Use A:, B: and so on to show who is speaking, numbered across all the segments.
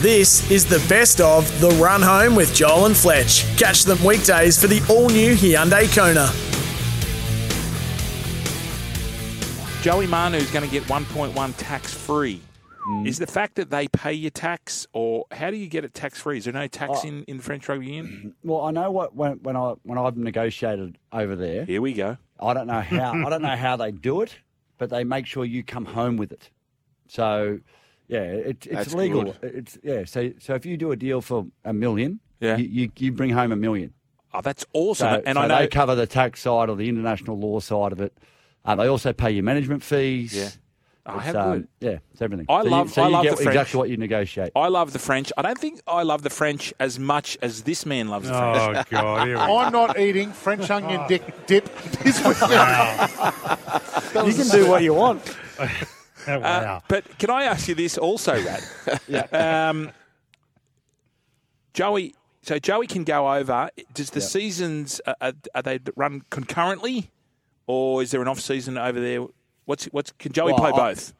A: This is the best of The Run Home with Joel and Fletch. Catch them weekdays for the all new Hyundai Kona.
B: Joey Manu's going to get 1.1 tax free. Is the fact that they pay your tax, or how do you get it tax free? Is there no tax in, in French rugby union?
C: Well, I know what when when I when I've negotiated over there,
B: Here we go.
C: I don't know how I don't know how they do it, but they make sure you come home with it. So, yeah, it, it's
D: That's
C: legal.
D: good.
C: It's yeah. So so if you do a deal for a million,
B: Yeah.
C: you, you, you bring home a million.
B: Oh, that's awesome.
C: So,
B: and
C: so
B: I know
C: they cover the tax side or the international law side of it. Uh, they also pay your management fees.
B: Yeah. Oh,
C: It's, um,
B: how good.
C: Yeah, it's everything.
B: I
C: so
B: love-
C: You, so
B: I
C: you
B: love
C: get
B: the French.
C: exactly what you negotiate.
B: I love the French. I don't think I love the French as much as this man loves the French.
E: Oh god, here we go.
D: I'm not eating French
E: Oh.
D: onion dick dip this weekend.
C: You can do what you want.
E: wow.
B: But can I ask you this also, Rad? Um, Joey, so Joey can go over. Does the seasons are- are, are they run concurrently, or is there an off season over there? What's what's can Joey
C: Well,
B: play
C: I-
B: both?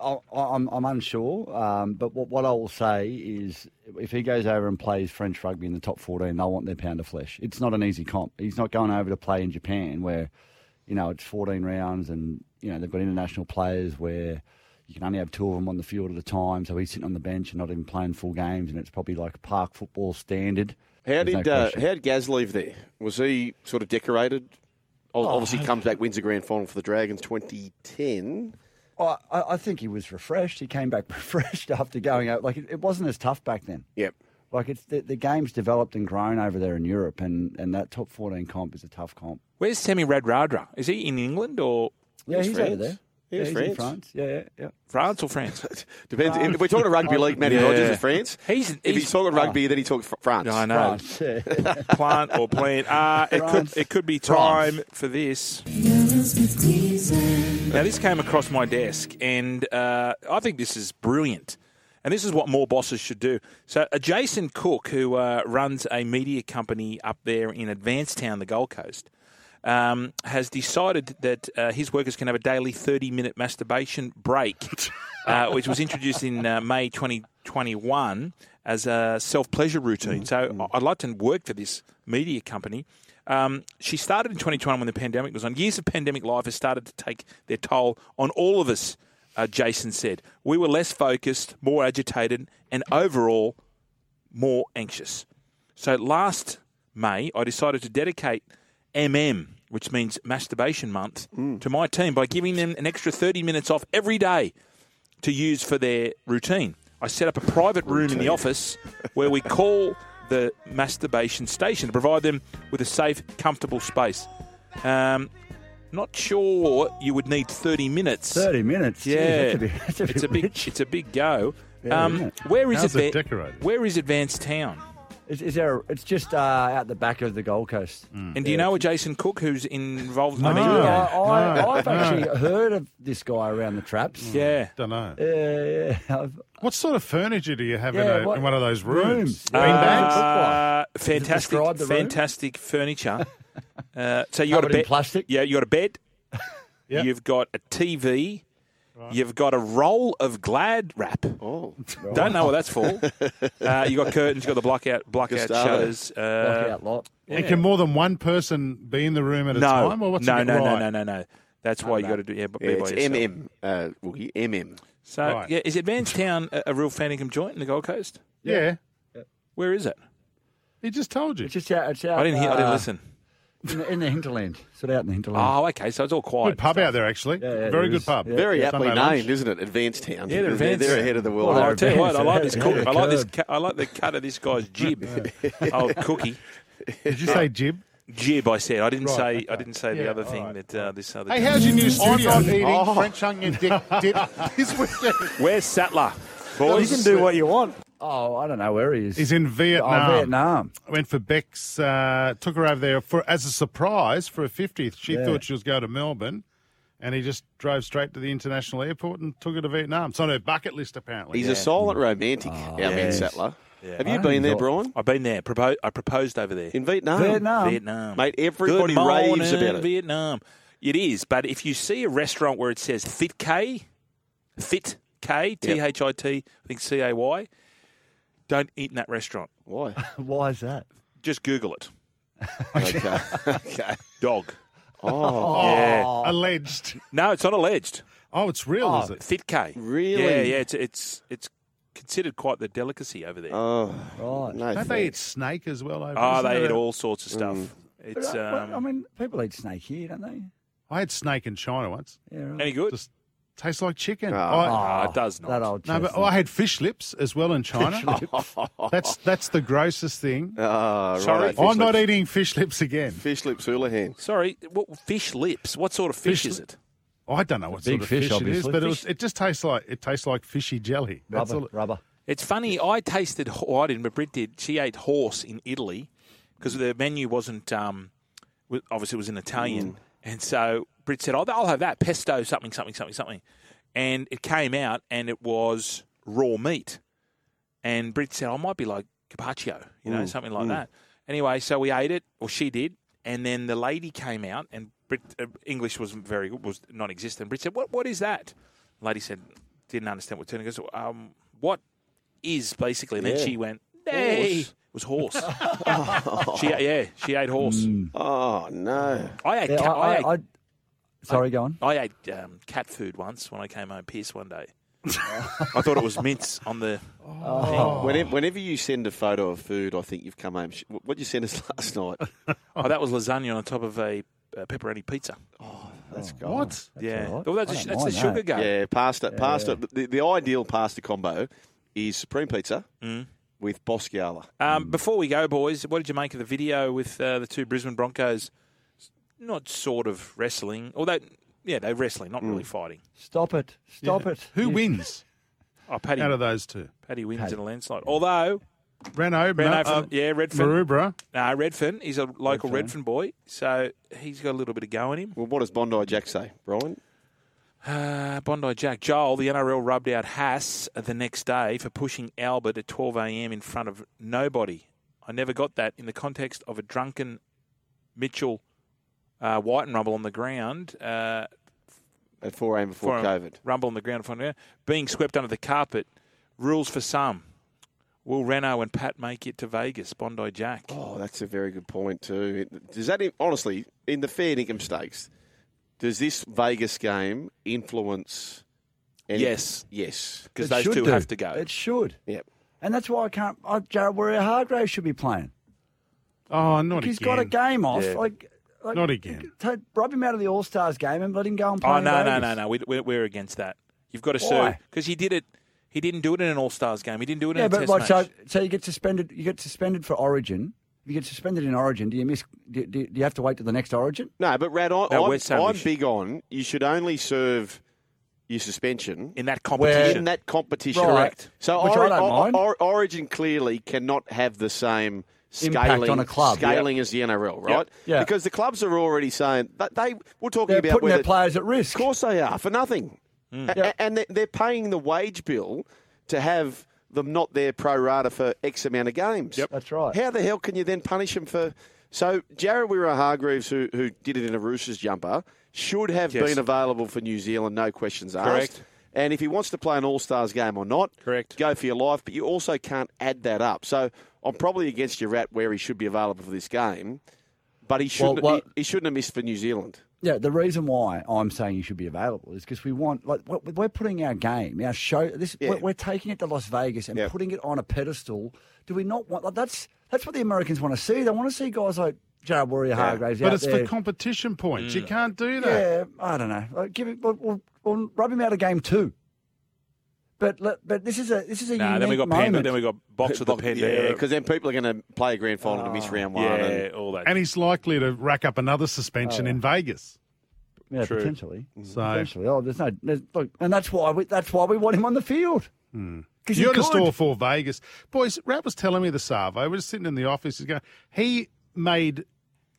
C: I- I'm, I'm unsure, um, but what, what I will say is if he goes over and plays French rugby in the top 14, they'll want their pound of flesh. It's not an easy comp. He's not going over to play in Japan where, you know, it's 14 rounds and, you know, they've got international players where you can only have two of them on the field at a time. So he's sitting on the bench and not even playing full games and it's probably like park football standard.
D: How
C: There's no
D: did uh,
C: question.
D: how did Gaz leave there? Was he sort of decorated?
B: Oh,
D: Ob- Obviously, comes back, wins the grand final for the Dragons 2010.
C: I, Oh, I I think he was refreshed. He came back refreshed after going out. Like, it, it wasn't as tough back then.
D: Yep.
C: Like it's the, the game's developed and grown over there in Europe, and, and that top fourteen comp is a tough comp.
B: Where's Sammy Radradra? Is he in England or
C: Yeah,
D: was
C: he's
D: France.
C: over there.
D: He
C: yeah,
D: was
C: he's in
D: France.
C: France. Yeah, yeah, yeah.
B: France or France?
D: Depends. If we're talking rugby league, Matty
B: Uh, Yeah.
D: Rogers is France.
B: He's-
D: if
B: he's- oh.
D: he's talking rugby, then he talks fr- France.
B: I know.
C: France. yeah.
B: Plant or plant. Uh, it
C: France.
B: could it could be time
C: France.
B: for this. Now this came across my desk, and uh, I think this is brilliant. And this is what more bosses should do. So, uh, Jason Cook, who uh, runs a media company up there in Advancetown, the Gold Coast, um, has decided that uh, his workers can have a daily 30 minute masturbation break, uh, which was introduced in uh, May 2021 as a self pleasure routine. So I- I'd like to work for this media company. Um, she started in 2021 when the pandemic was on. Years of pandemic life has started to take their toll on all of us, uh, Jason said. We were less focused, more agitated, and overall more anxious. So last May, I decided to dedicate MM, which means masturbation month, to my team by giving them an extra 30 minutes off every day to use for their routine. I set up a private room in the office where we call the masturbation station to provide them with a safe, comfortable space. Um, not sure you would need 30 minutes.
C: Thirty minutes.
B: Yeah,
C: Jeez, that's a bit, that's a
B: it's
C: bit
B: a big,
C: rich.
B: it's a big go.
C: Yeah,
B: um,
C: isn't it?
B: where is
E: How's
B: Adva-
E: it decorated?
B: Where is Advanced Town?
C: Is, is there? a- it's just uh, out the back of the Gold Coast.
B: And do you know a Jason Cook who's involved?
E: No.
B: I mean,
C: I,
E: Yeah.
C: I,
E: No,
C: I've
E: no.
C: actually heard of this guy around the traps.
B: yeah.
E: Don't know.
C: Yeah, yeah. I've-
E: What sort of furniture do you have
C: Yeah,
E: in, a,
C: what-
E: in one of those rooms?
C: rooms. Uh,
E: Bean bags?
B: Uh,
C: it
B: fantastic,
C: describe the room?
B: fantastic furniture. Uh, so you got a
C: Covered in
B: bed,
C: plastic?
B: Yeah, you got a bed.
E: Yep.
B: You've got a TV. You've got a roll of Glad wrap.
D: Oh,
B: Don't know what that's for. uh, you got curtains. You got the blockout blockout
D: Gustavo.
B: shutters. Uh,
C: Lockout lot.
E: And can more than one person be in the room at a
B: no,
E: time? Or what's
B: no,
E: it
B: no,
E: right?
B: no, no, no, no. That's why you got to do yeah, but
D: yeah,
B: be
D: it's
B: by yourself.
D: MM. Uh, Woogie, MM.
B: So
E: Right.
B: yeah, is Advanced Town a, a real Fanningham joint in the Gold Coast?
E: Yeah.
B: Where is it?
E: he just told you.
C: It's just out. It's out.
B: I didn't hear. I didn't
C: uh,
B: listen.
C: In the, in the hinterland. Sort of out in the hinterland.
B: Oh, okay. So it's all
E: Good
B: quiet.
E: pub out there, actually.
C: Yeah, yeah, there
E: Very good
C: is.
E: pub.
C: Yeah.
D: Very
E: Sunday
D: aptly
E: lunch.
D: named, isn't it? Advanced Town.
B: Yeah, they're
D: they're,
B: advanced.
D: they're ahead of the world.
C: Well,
B: Well,
C: they're
B: I tell you what, I
C: advanced.
B: like this
C: Yeah,
B: cook. I like this.
C: good.
B: Cu- I like the cut of this guy's jib. Oh, cookie
E: Did you say jib?
B: jib. I said. I didn't
E: Right,
B: say. I
E: okay.
B: didn't say the
E: Yeah,
B: other
E: all
B: thing
E: right,
B: that uh, this other.
E: Hey,
B: gentleman-
E: how's your new studio?
D: eating French onion dick dip this weekend.
B: Where's Sattler? Boys,
D: You can do
B: what you want.
C: Oh, I don't know where he is.
E: He's in Vietnam.
C: Oh, Vietnam.
E: I went for Beck's, uh, took her over there for as a surprise for her 50th. She
C: Yeah.
E: thought she was going to Melbourne, and he just drove straight to the international airport and took her to Vietnam. It's on her bucket list, apparently.
D: He's a silent romantic,
B: Oh,
D: our man
B: yes.
D: Sattler. Have
C: I
D: you
C: don't
D: been there,
C: enjoy-
D: Brian?
B: I've been there. Propo- I proposed over there.
D: In Vietnam?
C: Vietnam.
B: Vietnam.
D: Mate, everybody
B: Good morning,
D: raves about it.
B: Vietnam. It is, but if you see a restaurant where it says Fit K, Fit K, T H I T, I think C A Y, Don't eat in that restaurant.
D: Why?
C: Why is that?
B: Just Google it.
D: Okay. okay.
B: Dog.
D: Oh,
B: Yeah.
E: Alleged.
B: No, it's not alleged.
E: Oh, it's real, is it?
B: Thitcay.
D: Really?
B: Yeah, yeah. It's it's it's considered quite the delicacy over there.
D: oh,
C: Right.
D: no.
E: Don't they eat
D: thanks.
E: snake as well? Over,
B: oh,
E: isn't
B: they
E: it
B: eat
E: a-
B: all sorts of stuff.
D: Mm.
B: It's
C: But, uh, well, I
B: um,
C: mean, people eat snake here, don't they?
E: I had snake in China once.
C: Yeah, right.
B: any good?
E: Just tastes like chicken.
D: Oh.
E: I,
B: Ah,
C: Oh,
B: it does not.
C: That old
E: no, but
C: chestnut.
E: I had fish lips as well in China. that's that's the grossest thing.
D: Ah,
B: Sorry. Oh,
D: righto, fish
E: I'm not
D: lips.
E: eating fish lips again.
D: Fish lips Houlihan.
B: Sorry, what fish lips? What sort of fish,
E: Fish
B: is
E: li-
B: it?
E: I don't know what
C: Big
E: sort of
C: fish,
E: fish, it is,
C: obviously.
E: but it,
C: Fish-
E: was, it just tastes like it tastes like fishy jelly. That's
C: rubber,
E: all. It,
C: rubber.
B: It's funny. I tasted. Well, I didn't, but Brit did. She ate horse in Italy because the menu wasn't. Um, wa- obviously, it was in Italian, and so Brit said, "Oh, "I'll, I'll have that pesto, something, something, something, something," and it came out, and it was raw meat, and Brit said, "I might be like carpaccio, you know, something like that." Anyway, so we ate it, or she did, and then the lady came out, and Brit, uh, English wasn't very good, was non-existent. Brit said, "What? What is that?" The lady said, "Didn't understand what." Turning goes, um, "What is basically. And
D: Yeah.
B: then she went, nay. It was horse. she, yeah, she ate horse.
D: Oh, no.
B: I ate,
C: Yeah,
B: ca- I,
C: I,
B: ate,
C: I, I, sorry, go on.
B: I ate um, cat food once when I came home pissed one day. I thought it was mince on the.
D: Whenever, whenever you send a photo of food, I think you've come home. sh- What did you send us last night?
B: Oh, that was lasagna on top of a uh, pepperoni pizza.
D: That's gone.
E: what?
B: yeah,
C: all right.
B: oh, that's,
C: I
B: a,
C: don't
B: that's the
C: mind
B: sugar
C: that.
B: go.
D: Yeah, pasta. pasta. The, the ideal pasta combo is supreme pizza
B: Mm.
D: with Bosciola.
B: Um, before we go, boys, what did you make of the video with uh, the two Brisbane Broncos? Not sort of wrestling, although yeah, they're wrestling, not really fighting.
C: Stop it. Stop it.
E: Who
C: You-
E: wins
B: Oh, Paddy,
E: out of those two?
B: Paddy wins in a landslide. Although
E: Renault,
B: Renault
E: Ma-
B: from- yeah, Redfern.
E: um, Maroubra.
B: No, Redfern. He's a local Redfern,
C: Redfern.
B: boy, so he's got a little bit of go in him.
D: Well, what does Bondi Jack say, Brian?
B: Uh, Bondi Jack Joel, the NRL rubbed out Haas the next day for pushing Albert at 12 a.m. in front of nobody. I never got that in the context of a drunken Mitchell uh, White and Rumble on the ground. Uh,
D: At 4 a.m. before
B: for a
D: COVID.
B: Rumble on the ground. For, being swept under the carpet. Rules for some. Will Renault and Pat make it to Vegas? Bondi Jack.
D: Oh, that's a very good point too. It- Does that honestly in the fair income stakes? Does this Vegas game influence? any-
B: Yes.
D: yes.
B: Because
C: it
B: those
C: should
B: two
C: do.
B: have to go.
C: It should.
D: Yep.
C: And that's why I can't. I, Jared, where Hargrave should be playing.
E: Oh, not
C: He's
E: again.
C: got a game off.
B: Yeah.
C: Like, like,
E: Not again.
C: Take, rub him out of the All Stars game and let him go and play.
B: Oh
C: in
B: no, no,
C: Vegas.
B: no, no. We, we're, we're against that. You've got to sue
C: Why?
B: because he did it. He didn't do it in an All Stars game. He didn't do it in
C: Yeah,
B: a
C: but
B: Test
C: like,
B: match.
C: so, so you get suspended. You get suspended for Origin. If you get suspended in Origin, do you miss? Do, do, do you have to wait till the next Origin?
D: No, but Rad, I,
B: No, we're
D: I'm,
B: saying we
D: I'm
B: should-
D: big on. You should only serve your suspension
B: in that competition.
D: in that competition.
C: Right. Correct.
D: So
C: Which I
D: Ori-
C: don't
D: O-
C: mind.
D: O- Origin clearly cannot have the same
C: Impact
D: scaling
C: on a club,
D: scaling as the NRL, right?
C: Yeah.
D: Because the clubs are already saying that they we're talking
C: They're
D: about
C: putting
D: whether
C: their players at risk.
D: Of course they are, for nothing.
B: Hmm.
D: A- a- and they- they're paying the wage bill to have them not there pro rata for X amount of games. Yep.
C: That's right.
D: How the hell can you then punish them for. So, Jared Wira Hargreaves, who, who did it in a Roosters jumper, should have
B: Yes.
D: been available for New Zealand, no questions asked.
B: Correct.
D: And if he wants to play an All Stars game or not,
B: Correct.
D: go for your life, but you also can't add that up. So, I'm probably against your rat where he should be available for this game, but he shouldn't,
C: what-
D: he, he shouldn't have missed for New Zealand.
C: Yeah, the reason why I'm saying you should be available is because we want like we're- we're putting our game, our show. This
D: Yeah.
C: we're, we're taking it to Las Vegas and
D: Yep.
C: putting it on a pedestal. Do we not want like, that's that's what the Americans want to see? They want to see guys like Jared Warrior Hargraves out
E: But it's
C: there.
E: for competition points. You can't do
C: yeah,
E: that.
C: I don't know. Like, give it, we'll, we'll, we'll rub him out of game two. But let- but this is a this is a
B: nah,
C: unique
B: then we got
C: moment.
B: Panda. Then we got Box with the Panda.
D: Yeah, because then people are going to play a grand final to
C: Ah,
D: miss round one.
B: yeah,
D: and-
B: all that.
E: And he's likely to rack up another
C: Oh.
E: suspension in Vegas.
C: yeah,
B: True. Mm-hmm.
C: potentially.
E: So
C: Potentially. Oh, there's no there's, look, and that's why we that's why we want him on the field. Because
E: you're just all for Vegas. Boys, Rat was telling me the Savo. We're just sitting in the office. He's going, he made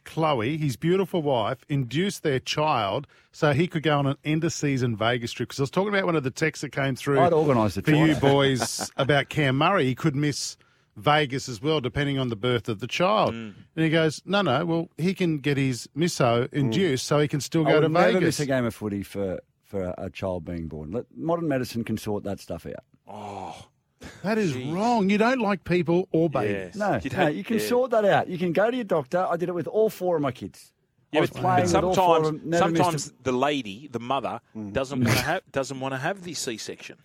E: Chloe, his beautiful wife, induce their child so he could go on an end of season Vegas trip. Because I was talking about one of the texts that came through
C: I'd organise it
E: for
C: for
E: you
C: her.
E: boys about Cam Murray. He could miss Vegas as well, depending on the birth of the child. And he goes, no, no, well, he can get his misso induced so he can still
C: I
E: go
C: would
E: to
C: never
E: Vegas.
C: miss a game of footy for for a, a child being born. Let, modern medicine can sort that stuff out.
E: That is wrong. You don't like people or
B: Yes.
E: babies.
C: No,
B: You
C: no,
B: don't-
C: you can
B: yeah.
C: sort that out. You can go to your doctor. I did it with all four of my kids. I
B: Yeah,
C: was
B: but,
C: playing
B: but
C: with all four of
B: sometimes,
C: them, never missed
B: sometimes
C: a-
B: the lady, the mother,
C: Mm-hmm.
B: doesn't want to have doesn't want to have the C-section.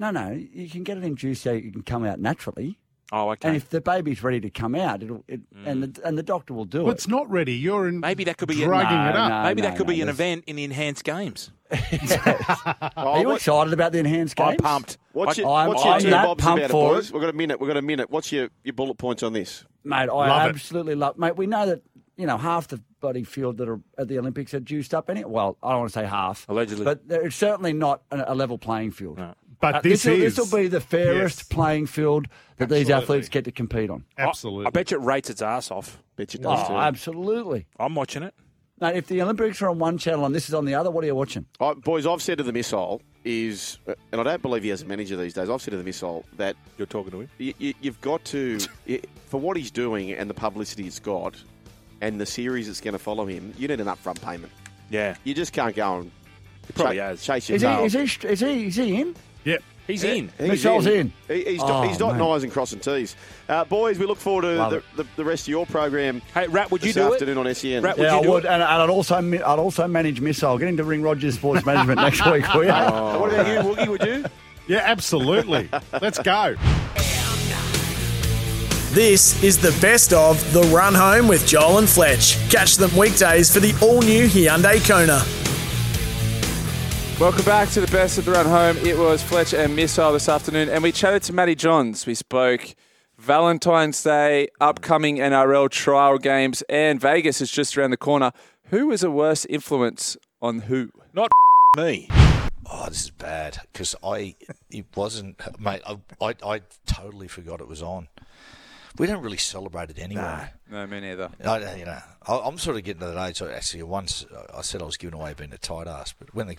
C: No, no, you can get it induced so it can come out naturally.
B: Oh, okay.
C: And if the baby's ready to come out, it'll it, and the and the doctor will do
E: But
C: it.
E: it's not ready. You're in
B: maybe that could be
E: dragging
B: a,
E: it up.
C: no,
B: maybe that could
C: no,
B: be an
C: there's-
B: event in enhanced games.
C: Are
D: Oh,
C: you
D: what-
C: excited about the enhanced games?
B: I'm pumped.
D: What's
B: I-
D: your,
C: I'm-
D: what's your
C: I'm
D: two
C: that
D: bobs
C: pumped
D: about it,
C: for
D: boys?
C: it.
D: We've got a minute. We've got a minute. What's your, your bullet points on this?
C: Mate, I
E: Love it.
C: absolutely love. Mate, we know that you know half the bloody field that are at the Olympics are juiced up. Any well, I don't want to say half,
B: Allegedly.
C: but there- it's certainly not a, a level playing field.
E: But
C: Uh,
E: this
C: this'll-
E: is-
C: this'll be the fairest
E: Yes.
C: playing field that these
E: Absolutely.
C: athletes get to compete on.
E: Absolutely.
B: I, I bet you it rates its ass off.
D: Bet you does
C: Oh,
D: too.
C: absolutely.
B: I'm watching it.
C: Now, if the Olympics are on one channel and this is on the other, what are you watching?
D: I, Oh, boys, I've said to the missile is, uh, and I don't believe he has a manager these days. I've said to the missile that
B: You're talking to him.
D: you, you, you've got to, y for what he's doing and the publicity it's got, and the series that's going to follow him, you need an upfront payment.
B: Yeah,
D: You just can't go and
B: he probably
D: cha-
B: has.
D: chase your
C: Is he,
D: tail.
C: is, he, is, he, is he in?
E: Yep.
B: He's in.
D: He's
C: Michelle's in.
D: He, he's
C: Oh,
D: he's dotting
C: mate.
D: I's and crossing T's. Uh, boys, we look forward
C: Love
D: to
C: it.
D: the, the, the rest of your program
B: Hey, Rat, would you
D: this
B: do it?
D: afternoon on E SEN.
B: Rat,
C: yeah,
B: you
C: I
B: do
C: would,
B: it?
C: and, and I'd also mi- I'd also manage missile. Get into Ring Rogers Sports Management next week, will you?
D: Uh, What about you, Woogie? Would you?
E: Yeah, absolutely. Let's go.
A: This is the best of The Run Home with Joel and Fletch. Catch them weekdays for the all new Hyundai Kona.
F: Welcome back to the best of the run home. It was Fletcher and Missile this afternoon, and we chatted to Matty Johns. We spoke Valentine's Day, upcoming NRL trial games, and Vegas is just around the corner. Who is a worse influence on who?
B: Me.
G: Oh, this is bad because I it wasn't, mate. I, I I totally forgot it was on. We don't really celebrate it anyway.
F: No, me neither.
G: I don't- you know, I, I'm sort of getting to that age. I actually, once I said I was giving away being a tight ass, but when the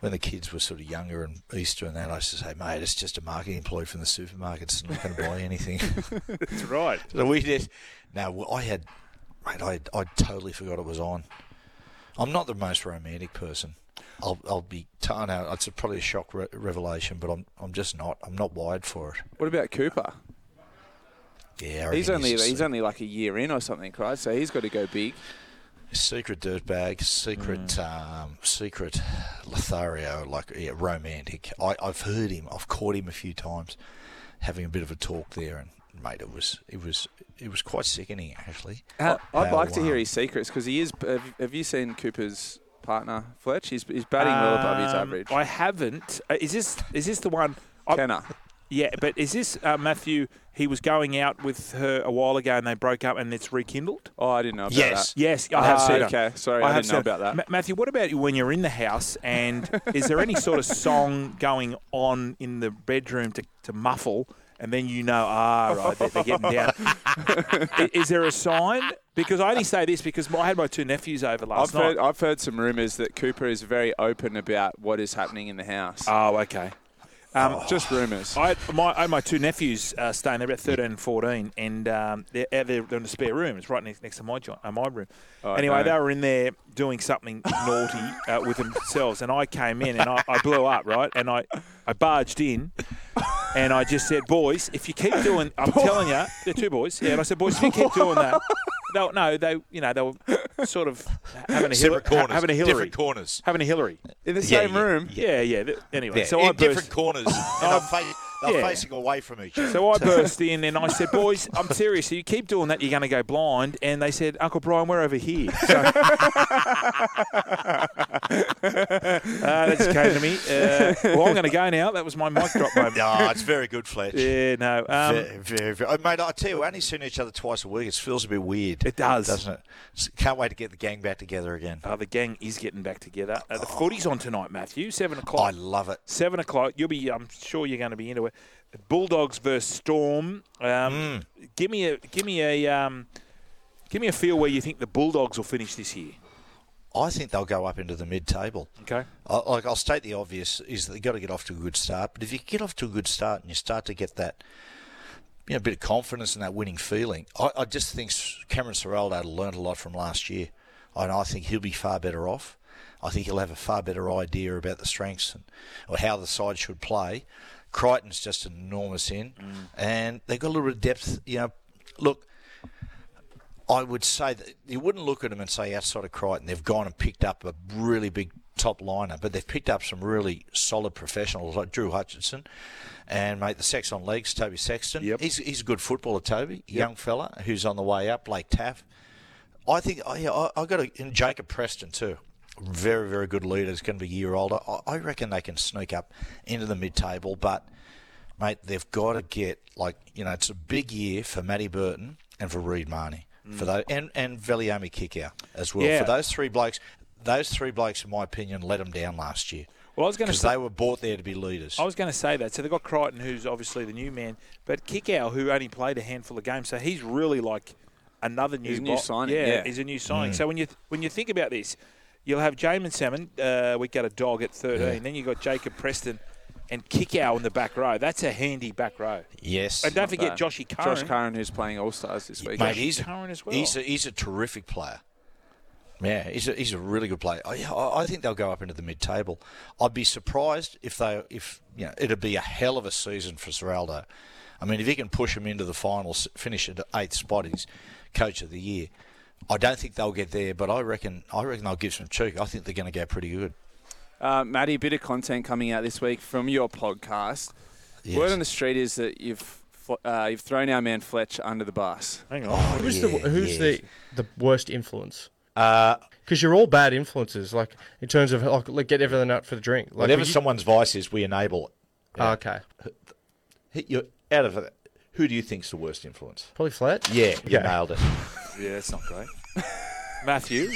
G: when the kids were sort of younger and Easter and that, I used to say, "Mate, it's just a marketing employee from the supermarkets. I'm not going to buy anything."
B: That's right.
G: So we did. Now I had, mate, I I totally forgot it was on. I'm not the most romantic person. I'll I'll be torn out. It's probably a shock re- revelation, but I'm I'm just not. I'm not wired for it.
F: What about Cooper?
G: Yeah, I
F: He's
G: reckon
F: only
G: a
F: he's
G: se-
F: only like a year in or something, right? So he's got to go big.
G: secret dirtbag, secret
B: Mm.
G: um, secret Lothario, like yeah, romantic. I I've heard him. I've caught him a few times having a bit of a talk there, and mate, it was it was it was quite sickening actually.
F: I, I'd
G: How
F: like to hear
G: wild.
F: his secrets because he is. Have, have you seen Cooper's partner Fletch? He's, he's batting well above his
B: Um,
F: average.
B: I haven't. Uh, Is this is this the one? I-
F: Kenner.
B: yeah, but is this uh, Matthew? He was going out with her a while ago, and they broke up, and it's rekindled.
F: Oh, I didn't know about
G: Yes.
F: that.
B: Yes, I have
F: Ah,
B: seen it.
F: okay. Sorry, I
B: have
F: didn't know
B: seen it.
F: about that.
B: Ma- Matthew, what about you when you're in the house? And is there any sort of song going on in the bedroom to, to muffle? And then you know, ah, right, they're, they're getting down. I- is there a sign? Because I only say this because my, I had my two nephews over
F: I've
B: last night.
F: heard, I've heard some rumours that Cooper is very open about what is happening in the house.
H: Ah.
B: oh, okay. Um,
F: Just rumours.
H: Oh,
B: I had my I had my two nephews uh, staying. They're about thirteen and fourteen, and um, they're, out there- they're in the spare room. It's right next, next to my joint, uh, my room.
G: Oh,
B: anyway,
F: no.
B: they were in there doing something naughty uh, with themselves, and I came in and I, I blew up right, and I I barged in. And I just said, boys, if you keep doing, I'm telling you, they're two boys. Yeah, and I said, boys, if you keep doing that, they'll, no, they, you know, they were sort of having a, Hillary,
G: Different corners.
B: having a Hillary,
G: Different corners.
B: having a Hillary.
F: In the
G: Yeah,
F: same
G: yeah,
F: room.
B: Yeah, yeah. th- Anyway,
G: Yeah,
B: so
G: in
B: I burst,
G: different corners. and they're, fa- they're
B: yeah.
G: facing away from each other.
B: So I burst in and I said, "Boys, I'm serious. If you keep doing that, you're going to go blind." And they said, "Uncle Brian, we're over here." So, uh, that just came to me. Uh, well, I'm going to go now. That was my mic drop moment.
G: No, it's very good, Fletch.
B: Yeah, no. Um,
G: very, very, very. Oh, mate, I tell you, we're only seeing each other twice a week. It feels a bit weird.
B: It does.
G: Doesn't it? S- Can't wait to get the gang back together again.
B: uh, the gang is getting back together. Uh, the footy's on tonight, Matthew. Seven
G: I
B: o'clock.
G: love it.
B: Seven o'clock. You'll be. I'm sure you're going to be into it. Bulldogs versus Storm. Um,
G: Hmm.
B: Give me a. Give me a. Um, give me a feel where you think the Bulldogs will finish this year.
G: I think they'll go up into the mid table.
B: Okay.
G: I, like, I'll state the obvious is that they've got to get off to a good start. But if you get off to a good start and you start to get that you know, bit of confidence and that winning feeling, I, I just think S- Cameron Serraldo learned a lot from last year. And I think he'll be far better off. I think he'll have a far better idea about the strengths and, or how the side should play. Crichton's just enormous in, and they've got a little bit of depth. You know, look, I would say that you wouldn't look at them and say outside of Crichton they've gone and picked up a really big top liner, but they've picked up some really solid professionals like Drew Hutchinson and mate the Saxon Leagues, Toby Sexton.
D: Yep.
G: He's he's a good footballer, Toby, young fella who's on the way up. Blake Taff. I think I I, I got to, and Jacob Preston too. Very very good leader. He's going to be a year older. I, I reckon they can sneak up into the mid table, but mate, they've got to get like you know it's a big year for Matty Burton and for Reed Marnie for those and and Veliami Kickout as well
B: Mm. Yeah.
G: for those three blokes. Those three blokes, in my opinion, let them down last year
B: Well, I was going to
G: because
B: say,
G: they were bought there to be leaders.
B: I was going to say that. So they've got Crichton, who's obviously the new man, but Kickow, who only played a handful of games, so he's really like another new
F: He's a new
B: bo-
F: signing,
B: Yeah,
F: yeah.
B: he's a new signing. So when you when you think about this, you'll have Jamin Salmon. Uh, we got a dog at thirteen. Then you have got Jacob Preston and Kickow in the back row. That's a handy back row.
G: yes,
B: And don't forget
F: But
B: Joshy Curran.
F: Josh Curran, who's playing All Stars this week.
G: Mate, he's a,
B: Curran as well.
G: he's a he's a terrific player. Yeah, he's a, he's a really good player. I, I I think they'll go up into the mid table. I'd be surprised if they if you know it'd be a hell of a season for Serraldo. I mean, if he can push him into the finals, finish at eighth spot, he's coach of the year. I don't think they'll get there, but I reckon I reckon they'll give some cheek. I think they're going to go pretty good.
F: Uh, Maddie, a bit of content coming out this week from your podcast.
G: Yes.
F: Word on the street is that you've fl- uh, you've thrown our man Fletch under the bus.
B: Hang on.
H: Oh, Who's the
G: Yeah, Uh,
H: who's
G: yeah.
H: the the worst influence? Because you're all bad influences, like in terms of like, like get everything out for the drink. Like,
G: Whatever
H: you-
G: someone's vice is, we enable.
H: Oh, okay,
G: Hit you out of it. Who do you think's the worst influence?
H: probably flat.
G: Yeah, you
H: Yeah.
G: nailed it.
F: Yeah, that's not great.
B: Matthew.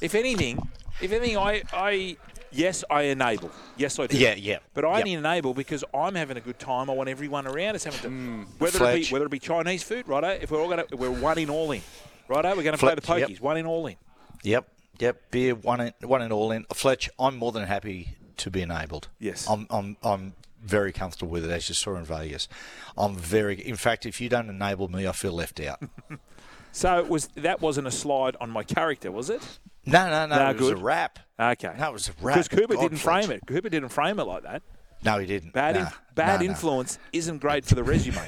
B: If anything, if anything, I, I, yes, I enable. Yes, I do.
G: Yeah, yeah.
B: But I
G: Yep.
B: only enable because I'm having a good time. I want everyone around us having to,
F: Hmm.
B: whether it
G: Fletch.
B: be whether it be Chinese food, righto. If we're all gonna, we're one in all in, righto. We're going to play
G: Fletch,
B: the pokies,
G: yep.
B: one in all in.
G: Yep, yep. Beer one in, one and all in. Fletch, I'm more than happy to be enabled.
B: Yes.
G: I'm I'm I'm very comfortable with it, as you saw in Vegas. I'm very. In fact, if you don't enable me, I feel left out.
B: So it was that wasn't a slide on my character, was it?
G: No, no, no.
B: Nah,
G: it was
B: good.
G: a wrap.
B: Okay.
G: No, it was a wrap.
B: Because Cooper
G: God,
B: didn't
G: Fletch.
B: frame it. Cooper didn't frame it like that.
G: No, he didn't.
B: Bad,
G: Nah,
B: in, bad
G: nah, nah.
B: influence isn't great for the resume.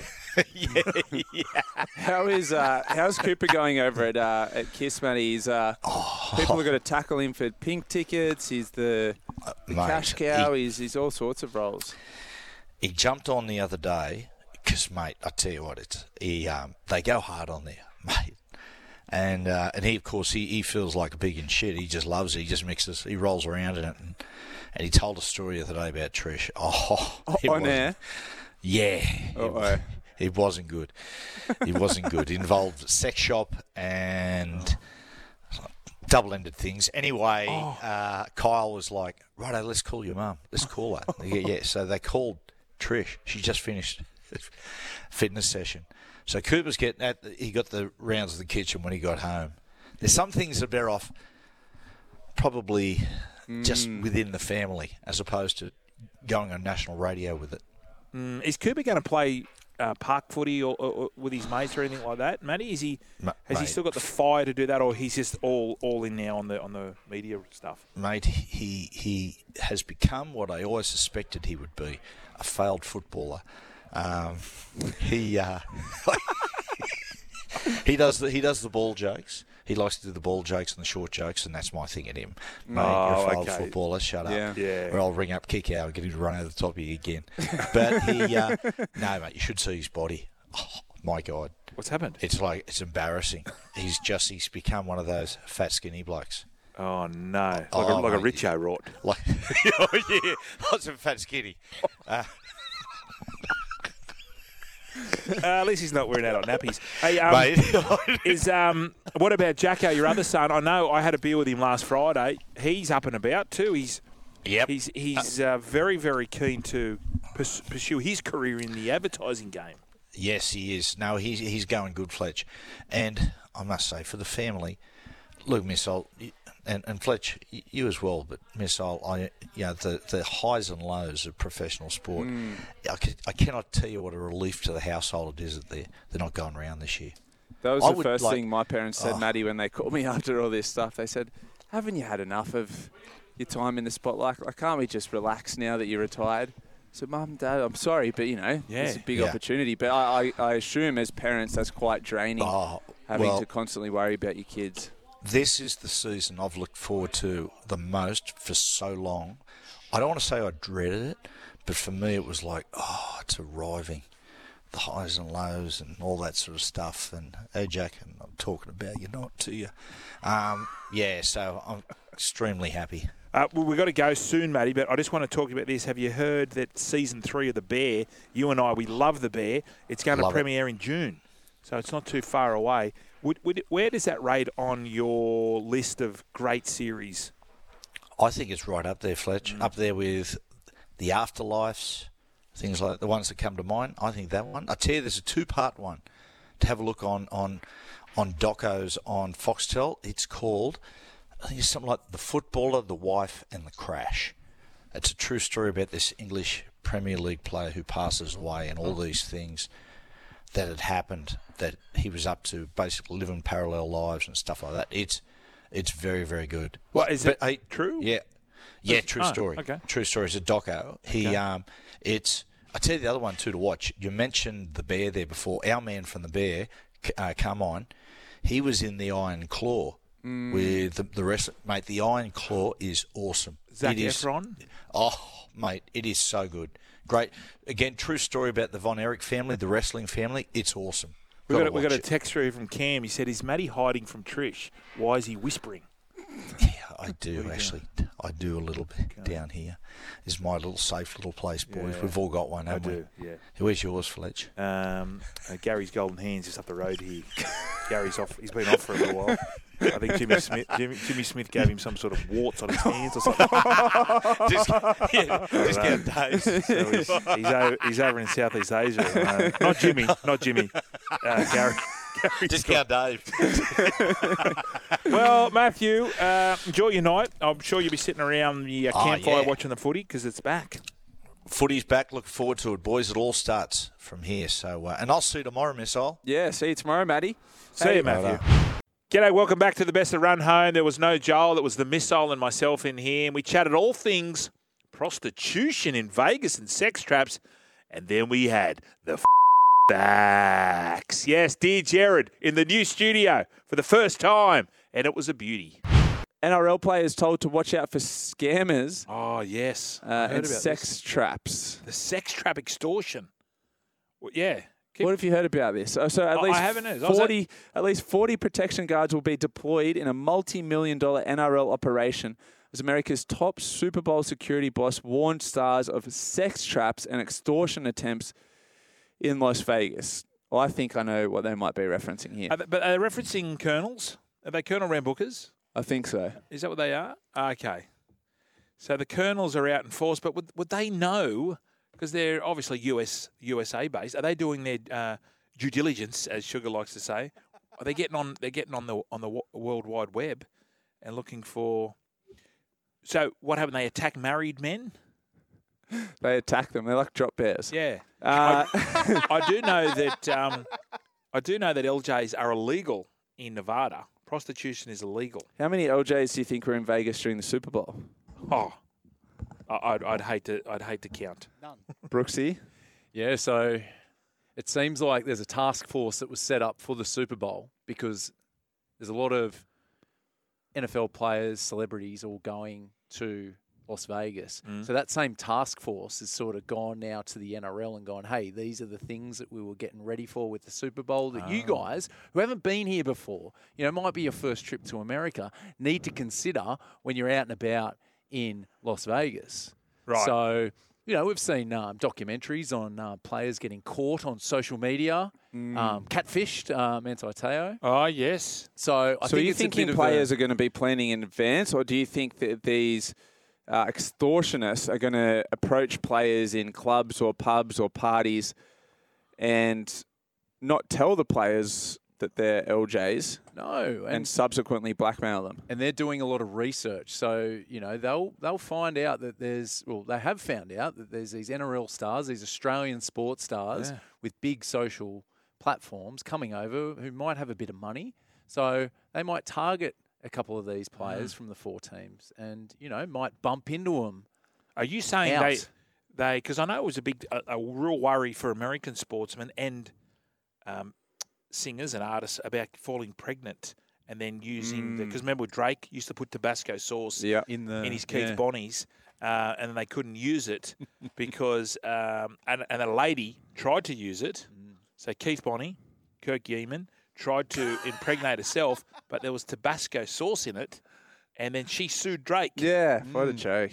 F: How is uh, how's Cooper going over at uh, at Kiss Matty? He's uh,
G: Oh.
F: people are going to tackle him for pink tickets. He's the, the
G: mate,
F: cash
G: he-
F: cow. he's he's all sorts of roles.
G: He jumped on the other day because, mate, I tell you what, it's he. Um, they go hard on there, mate. And uh, and he, of course, he, he feels like a pig in shit. He just loves it. He just mixes. He rolls around in it. And, and he told a story the other day about Trish. Oh, it
F: on
G: wasn't-
F: air? Oh,
G: Yeah. it-
F: Uh-oh.
G: It wasn't good. It wasn't good. It involved sex shop and double-ended things. Anyway, uh, Kyle was like, "Righto, let's call your mum. Let's call her." yeah, yeah. So they called Trish. She just finished fitness session. So Cooper's getting at. He got the rounds of the kitchen when he got home. There's some things that are better off probably just within the family as opposed to going on national radio with it.
B: Mm, Is Cooper going to play uh, park footy or, or, or with his mates or anything like that, Matty? Is he
G: Ma-
B: has he
G: mate.
B: still got the fire to do that, or he's just all all in now on the on the media stuff?
G: mate, he he has become what I always suspected he would be, a failed footballer. Um, he uh, he does the, he does the ball jokes. He likes to do the ball jokes and the short jokes, and that's my thing at him. Mate, you're
F: Oh,
G: a failed
F: okay.
G: footballer. Shut up.
F: Yeah.
B: Yeah.
G: Or I'll ring up kick out and get him to run over the top of you again. But he uh, no, mate, you should see his body. Oh, my God,
B: What's happened?
G: it's like it's embarrassing. He's just he's become one of those fat skinny blokes.
B: Oh no, like, a,
G: Oh,
B: like a
G: mate.
B: Richo rot.
G: Like, oh yeah, lots of fat skinny.
B: Uh, at least he's not wearing out on nappies. Hey, um,
G: Mate,
B: is um, what about Jacko, your other son? I know I had a beer with him last Friday. He's up and about too. He's
G: yep.
B: he's he's uh, very very keen to pers- pursue his career in the advertising game.
G: Yes, he is. No, he's he's going good, Fletch. And I must say, for the family, look, Miss Old, and, and Fletch, y- you as well, but Miss Old, I, you know, the, the highs and lows of professional sport, I, c- I cannot tell you what a relief to the household it is that they're, they're not going round this year.
F: That was
G: I
F: the
G: would
F: first
G: like- Oh.
F: thing my parents said, Maddie, when they called me after all this stuff. They said, "Haven't you had enough of your time in the spotlight? Like, can't we just relax now that you're retired?" So, mum, and dad, I'm sorry, but you know, it's a
B: Yeah.
F: big
G: Yeah.
F: opportunity. But I, I, I assume as parents, that's quite draining,
G: Oh,
F: having
G: well-
F: to constantly worry about your kids.
G: this is the season I've looked forward to the most for so long. I don't want to say I dreaded it, but for me it was like, oh, it's arriving. The highs and lows and all that sort of stuff. And hey, Jack, I'm not talking about you, not to you. Um, yeah, so I'm extremely happy.
B: Uh, well, we've got to go soon, Matty, but I just want to talk about this. Have you heard that season three of The Bear, you and I, we love The Bear, it's going
G: Love it.
B: to premiere in June, so it's not too far away. Would, would, where does that rate on your list of great series?
G: I think it's right up there, Fletch. Up there with the afterlives, things like the ones that come to mind. I think that one. I tell you, there's a two-part one to have a look on on on Docos on Foxtel. It's called I think it's something like the footballer, the wife, and the crash. It's a true story about this English Premier League player who passes away and all these things that had happened that he was up to, basically living parallel lives and stuff like that. It's it's very very good.
B: What, is it
G: I-
B: true?
G: Yeah, yeah, true
B: oh,
G: story.
B: okay.
G: True story. It's a doco. He, um, it's. I tell you the other one too to watch. You mentioned the bear there before. Our man from the bear, C- uh, Carmine, he was in the Iron Claw
B: Mm.
G: with the, the rest. Mate, the Iron Claw is awesome.
B: Zac
G: It is-
B: Efron?
G: Oh, mate, it is so good. Great. Again, true story about the Von Erich family, the wrestling family. It's awesome.
B: We got, a-
G: Gotta
B: we got a
G: watch it.
B: text through from Cam. He said, "Is Matty hiding from Trish? Why is he whispering?"
G: Yeah, I do actually. I do a little bit down here. Is my little safe little place, boys. We've all got one, haven't
B: do,
G: we?
B: yeah.
G: Where's yours, Fletch?
B: Um, uh, Gary's golden hands just up the road here. Gary's off. He's been off for a little while. I think Jimmy Smith. Jimmy, Jimmy Smith gave him some sort of warts on his hands or something.
G: just, yeah, just
B: know.
G: get dazed.
B: So he's, he's, over, he's over in Southeast Asia. At the moment. Not Jimmy. Not Jimmy. Uh, Gary.
G: Just get dazed.
B: Well, Matthew, uh, enjoy your night. I'm sure you'll be sitting around the uh,
G: Oh,
B: campfire
G: yeah.
B: watching the footy because it's back.
G: Footy's back. Look forward to it, boys. It all starts from here. So, uh, and I'll see you tomorrow, Missile.
F: Yeah, see you tomorrow, Maddie.
B: See you, Matthew. G'day, welcome back to the best of Run Home. There was no Joel, it was the missile and myself in here, and we chatted all things prostitution in Vegas and sex traps, and then we had the f- facts. Yes, dear Jared, in the new studio for the first time, and it was a beauty.
F: NRL players told to watch out for scammers
B: Oh yes,
F: uh, and sex traps.
B: the sex trap extortion. Well, yeah, Keep-
F: What have you heard about this? So, so at
B: I-
F: least
B: I haven't heard. I was at-
F: forty, at least forty protection guards will be deployed in a multi-million dollar NRL operation as America's top Super Bowl security boss warned stars of sex traps and extortion attempts in Las Vegas. Well, I think I know what they might be referencing here.
B: Are they- but are they referencing colonels? Are they Colonel Rambookers?
F: I think so.
B: Is that what they are? Ah, Okay. So the colonels are out in force, but would, would they know? Because they're obviously US USA based. Are they doing their uh, due diligence, as Sugar likes to say? Are they getting on? They're getting on the on the wo- World Wide Web and looking for. So what happened? They attack married men.
F: They attack them. They're like drop bears.
B: Yeah,
F: Uh,
B: I do know that. Um, I do know that LJs are illegal in Nevada. Prostitution is illegal.
F: how many LJs do you think were in Vegas during the Super Bowl?
B: Oh, I- I'd, I'd hate to. I'd hate to count.
F: Brooksy,
I: Yeah, so it seems like there's a task force that was set up for the Super Bowl because there's a lot of NFL players, celebrities all going to Las Vegas. So that same task force has sort of gone now to the NRL and gone, hey, these are the things that we were getting ready for with the Super Bowl that you guys who haven't been here before, you know, might be your first trip to America, need to consider when you're out and about in Las Vegas.
B: Right.
I: So, you know, we've seen um, documentaries on uh, players getting caught on social media,
F: Mm.
I: um, catfished, uh, Manti Te'o.
B: Oh yes.
I: So, I
F: so are
I: think
F: you
I: it's a
F: thinking
I: bit of a-
F: players are going to be planning in advance, or do you think that these uh, extortionists are going to approach players in clubs or pubs or parties and not tell the players that they're LJs
I: no,
F: and subsequently blackmail them?
I: and they're doing a lot of research. So you know they'll they'll find out that there's well they have found out that there's these NRL stars, these Australian sports stars with big social platforms coming over who might have a bit of money. So they might target a couple of these
F: Mm.
I: players from the four teams, and you know might bump into them.
B: Are you saying they
I: Out.
B: they because I know it was a big a, a real worry for American sportsmen and um, singers and artists about falling pregnant and then using because remember Drake used to put Tabasco sauce
F: Yeah.
B: in the in his Keith
I: yeah.
B: Bonnies. Uh, and they couldn't use it because um, and, and a lady tried to use it. So Keith Bonnie, Kirk Yeaman tried to impregnate herself, but there was Tabasco sauce in it, and then she sued Drake.
F: Yeah, what a
I: Mm.
F: joke.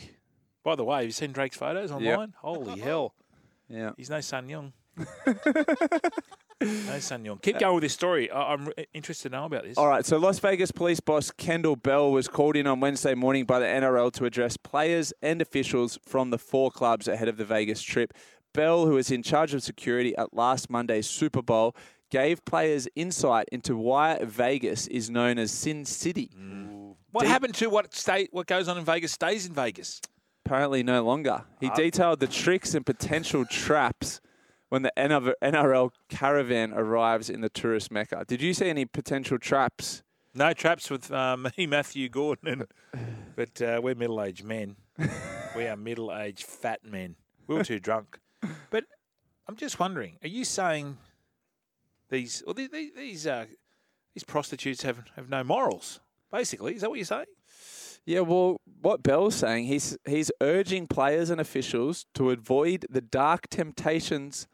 B: By the way, have you seen Drake's photos online?
F: Yep.
B: Holy hell.
F: Yeah.
B: He's no Sun Young. no Sun Young. Keep going with this story. I- I'm re- interested to know about this.
F: All right, so Las Vegas police boss Kendall Bell was called in on Wednesday morning by the NRL to address players and officials from the four clubs ahead of the Vegas trip. Bell, who was in charge of security at last Monday's Super Bowl, gave players insight into why Vegas is known as Sin City.
B: What happened to what stay, What goes on in Vegas stays in Vegas.
F: Apparently, no longer. He detailed the tricks and potential traps when the NRL caravan arrives in the tourist mecca. Did you see any potential traps?
B: No traps with um, me, Matthew Gordon, and, but uh, we're middle-aged men. we are middle-aged fat men. We were too drunk. But I'm just wondering: Are you saying these well, these these, uh, these prostitutes have have no morals? Basically, is that what you're saying?
F: Yeah, well, what Bell's saying, he's he's urging players and officials to avoid the dark temptations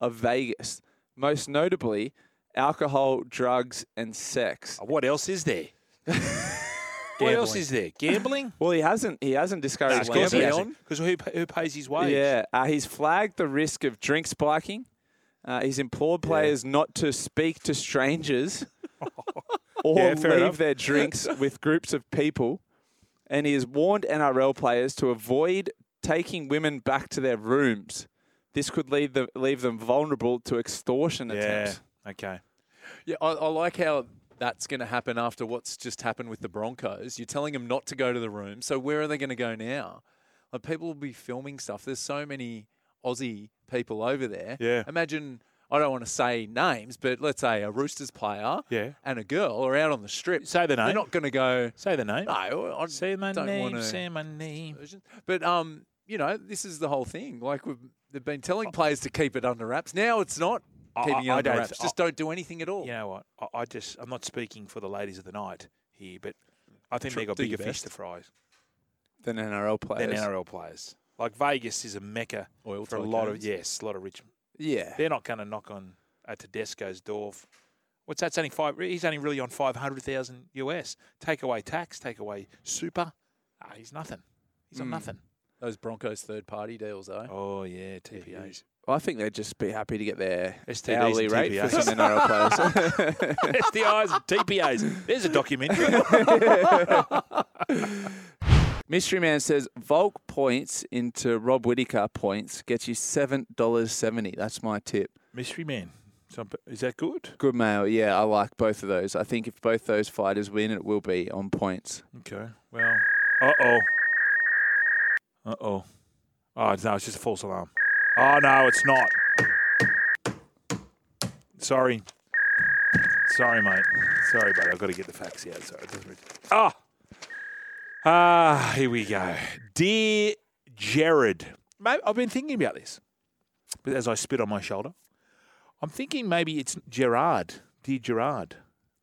F: of Vegas, most notably alcohol, drugs, and sex.
B: Uh, What else is there? what else is there? Gambling?
F: Well, he hasn't he hasn't discouraged
B: of course he
F: gambling.
B: hasn't. Because who, pa- who pays his wage?
F: Yeah, uh, he's flagged the risk of drink spiking. Uh, he's implored players not to speak to strangers or
B: Yeah,
F: leave
B: fair enough.
F: their drinks with groups of people. And he has warned NRL players to avoid taking women back to their rooms. This could leave, the, leave them vulnerable to extortion
B: Yeah.
F: attempts.
B: Okay.
I: Yeah, I, I like how that's going to happen after what's just happened with the Broncos. You're telling them not to go to the room, so where are they going to go now? Like people will be filming stuff. There's so many Aussie people over there.
B: Yeah.
I: Imagine. I don't want to say names, but let's say a Roosters player
B: Yeah.
I: and a girl are out on the strip.
B: Say the
I: They're
B: name.
I: not going to go.
B: Say the name.
I: No, I
B: Say my
I: don't
B: name.
I: wanna-
B: Say my name.
I: version. But um, you know, this is the whole thing. Like we've they've been telling players to keep it under wraps. Now it's not
B: I-
I: keeping it
B: I- I
I: under
B: don't-
I: wraps. Just don't do anything at all.
B: You know what? I, I just I'm not speaking for the ladies of the night here, but I think
I: Tr-
B: they've got
I: do
B: bigger
I: your
B: fish
I: best.
B: to fry
F: Than
B: than
F: NRL players.
B: NRL players. Like Vegas is a mecca
I: Oil
B: for a lot of
I: tycoons.
B: yes, a lot of rich.
F: Yeah.
B: They're not going to knock on a Tedesco's door. f- What's that's only five? He's only really on five hundred thousand US. Take away tax, take away super. Ah, he's nothing. He's
F: Hmm.
B: on nothing.
I: Those Broncos third party deals though.
B: Oh yeah, TPAs.
F: Well, I think they'd just be happy to get their
B: STDs and
F: hourly rate for
B: TPAs.
F: some NRL players.
B: STIs and TPAs. There's a documentary.
F: Mystery Man says Volk points into Rob Whitaker points gets you seven dollars seventy. That's my tip.
B: Mystery Man. Some- Is that good?
F: Good mail, yeah. I like both of those. I think if both those fighters win, it will be on points.
B: Okay. Well. Uh oh. Uh oh. Oh no, it's just a false alarm. Oh no, it's not. Sorry. Sorry, mate. Sorry, buddy. I've got to get the facts out. Sorry. It doesn't really- Ah. Ah. Here we go. Dear Jared, mate, I've been thinking about this, but as I spit on my shoulder, I'm thinking maybe it's Gerard. Dear Gerard.